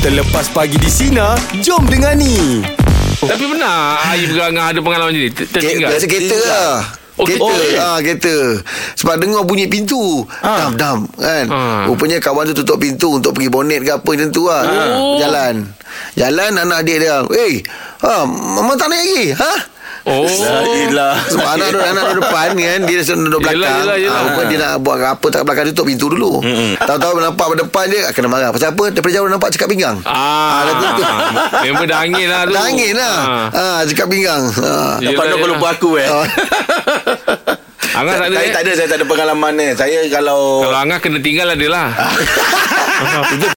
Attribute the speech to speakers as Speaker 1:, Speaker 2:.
Speaker 1: Terlepas pagi di Sina, jom dengani.
Speaker 2: Tapi benar Air berangan ada pengalaman jadi ter- Tertinggal
Speaker 3: Biasa kereta lah
Speaker 2: Oh,
Speaker 3: kereta
Speaker 2: kereta.
Speaker 3: ah, kereta Sebab dengar bunyi pintu ha. Dam dam kan
Speaker 2: Ah.
Speaker 3: Rupanya kawan tu tutup pintu Untuk pergi bonet ke apa macam tu lah
Speaker 2: Oh.
Speaker 3: Jalan Jalan anak adik dia Eh ha, Mama tak naik lagi Ha
Speaker 2: Oh
Speaker 1: Yelah.
Speaker 3: sebab anak duduk anak duduk depan kan Dia suruh duduk
Speaker 2: Yelah,
Speaker 3: belakang
Speaker 2: yelah, yelah.
Speaker 3: Ah, rupanya dia nak buat apa Tak belakang tutup pintu dulu Tahu-tahu nampak depan je ah, Kena marah Pasal apa Daripada jauh nampak cekak pinggang
Speaker 2: Ah,
Speaker 3: dah tentu.
Speaker 2: Memang dah angin lah tu
Speaker 3: Dah angin lah ha.
Speaker 2: Ah.
Speaker 3: Cekak pinggang ha.
Speaker 1: Dapat
Speaker 2: Yelah,
Speaker 1: nak
Speaker 2: yelah.
Speaker 1: kalau berlaku eh.
Speaker 3: Ah.
Speaker 2: Angah tak ada
Speaker 1: Saya
Speaker 2: eh?
Speaker 1: tak ada, saya tak ada pengalaman eh. Saya kalau
Speaker 2: lah. Kalau Angah kena tinggal adalah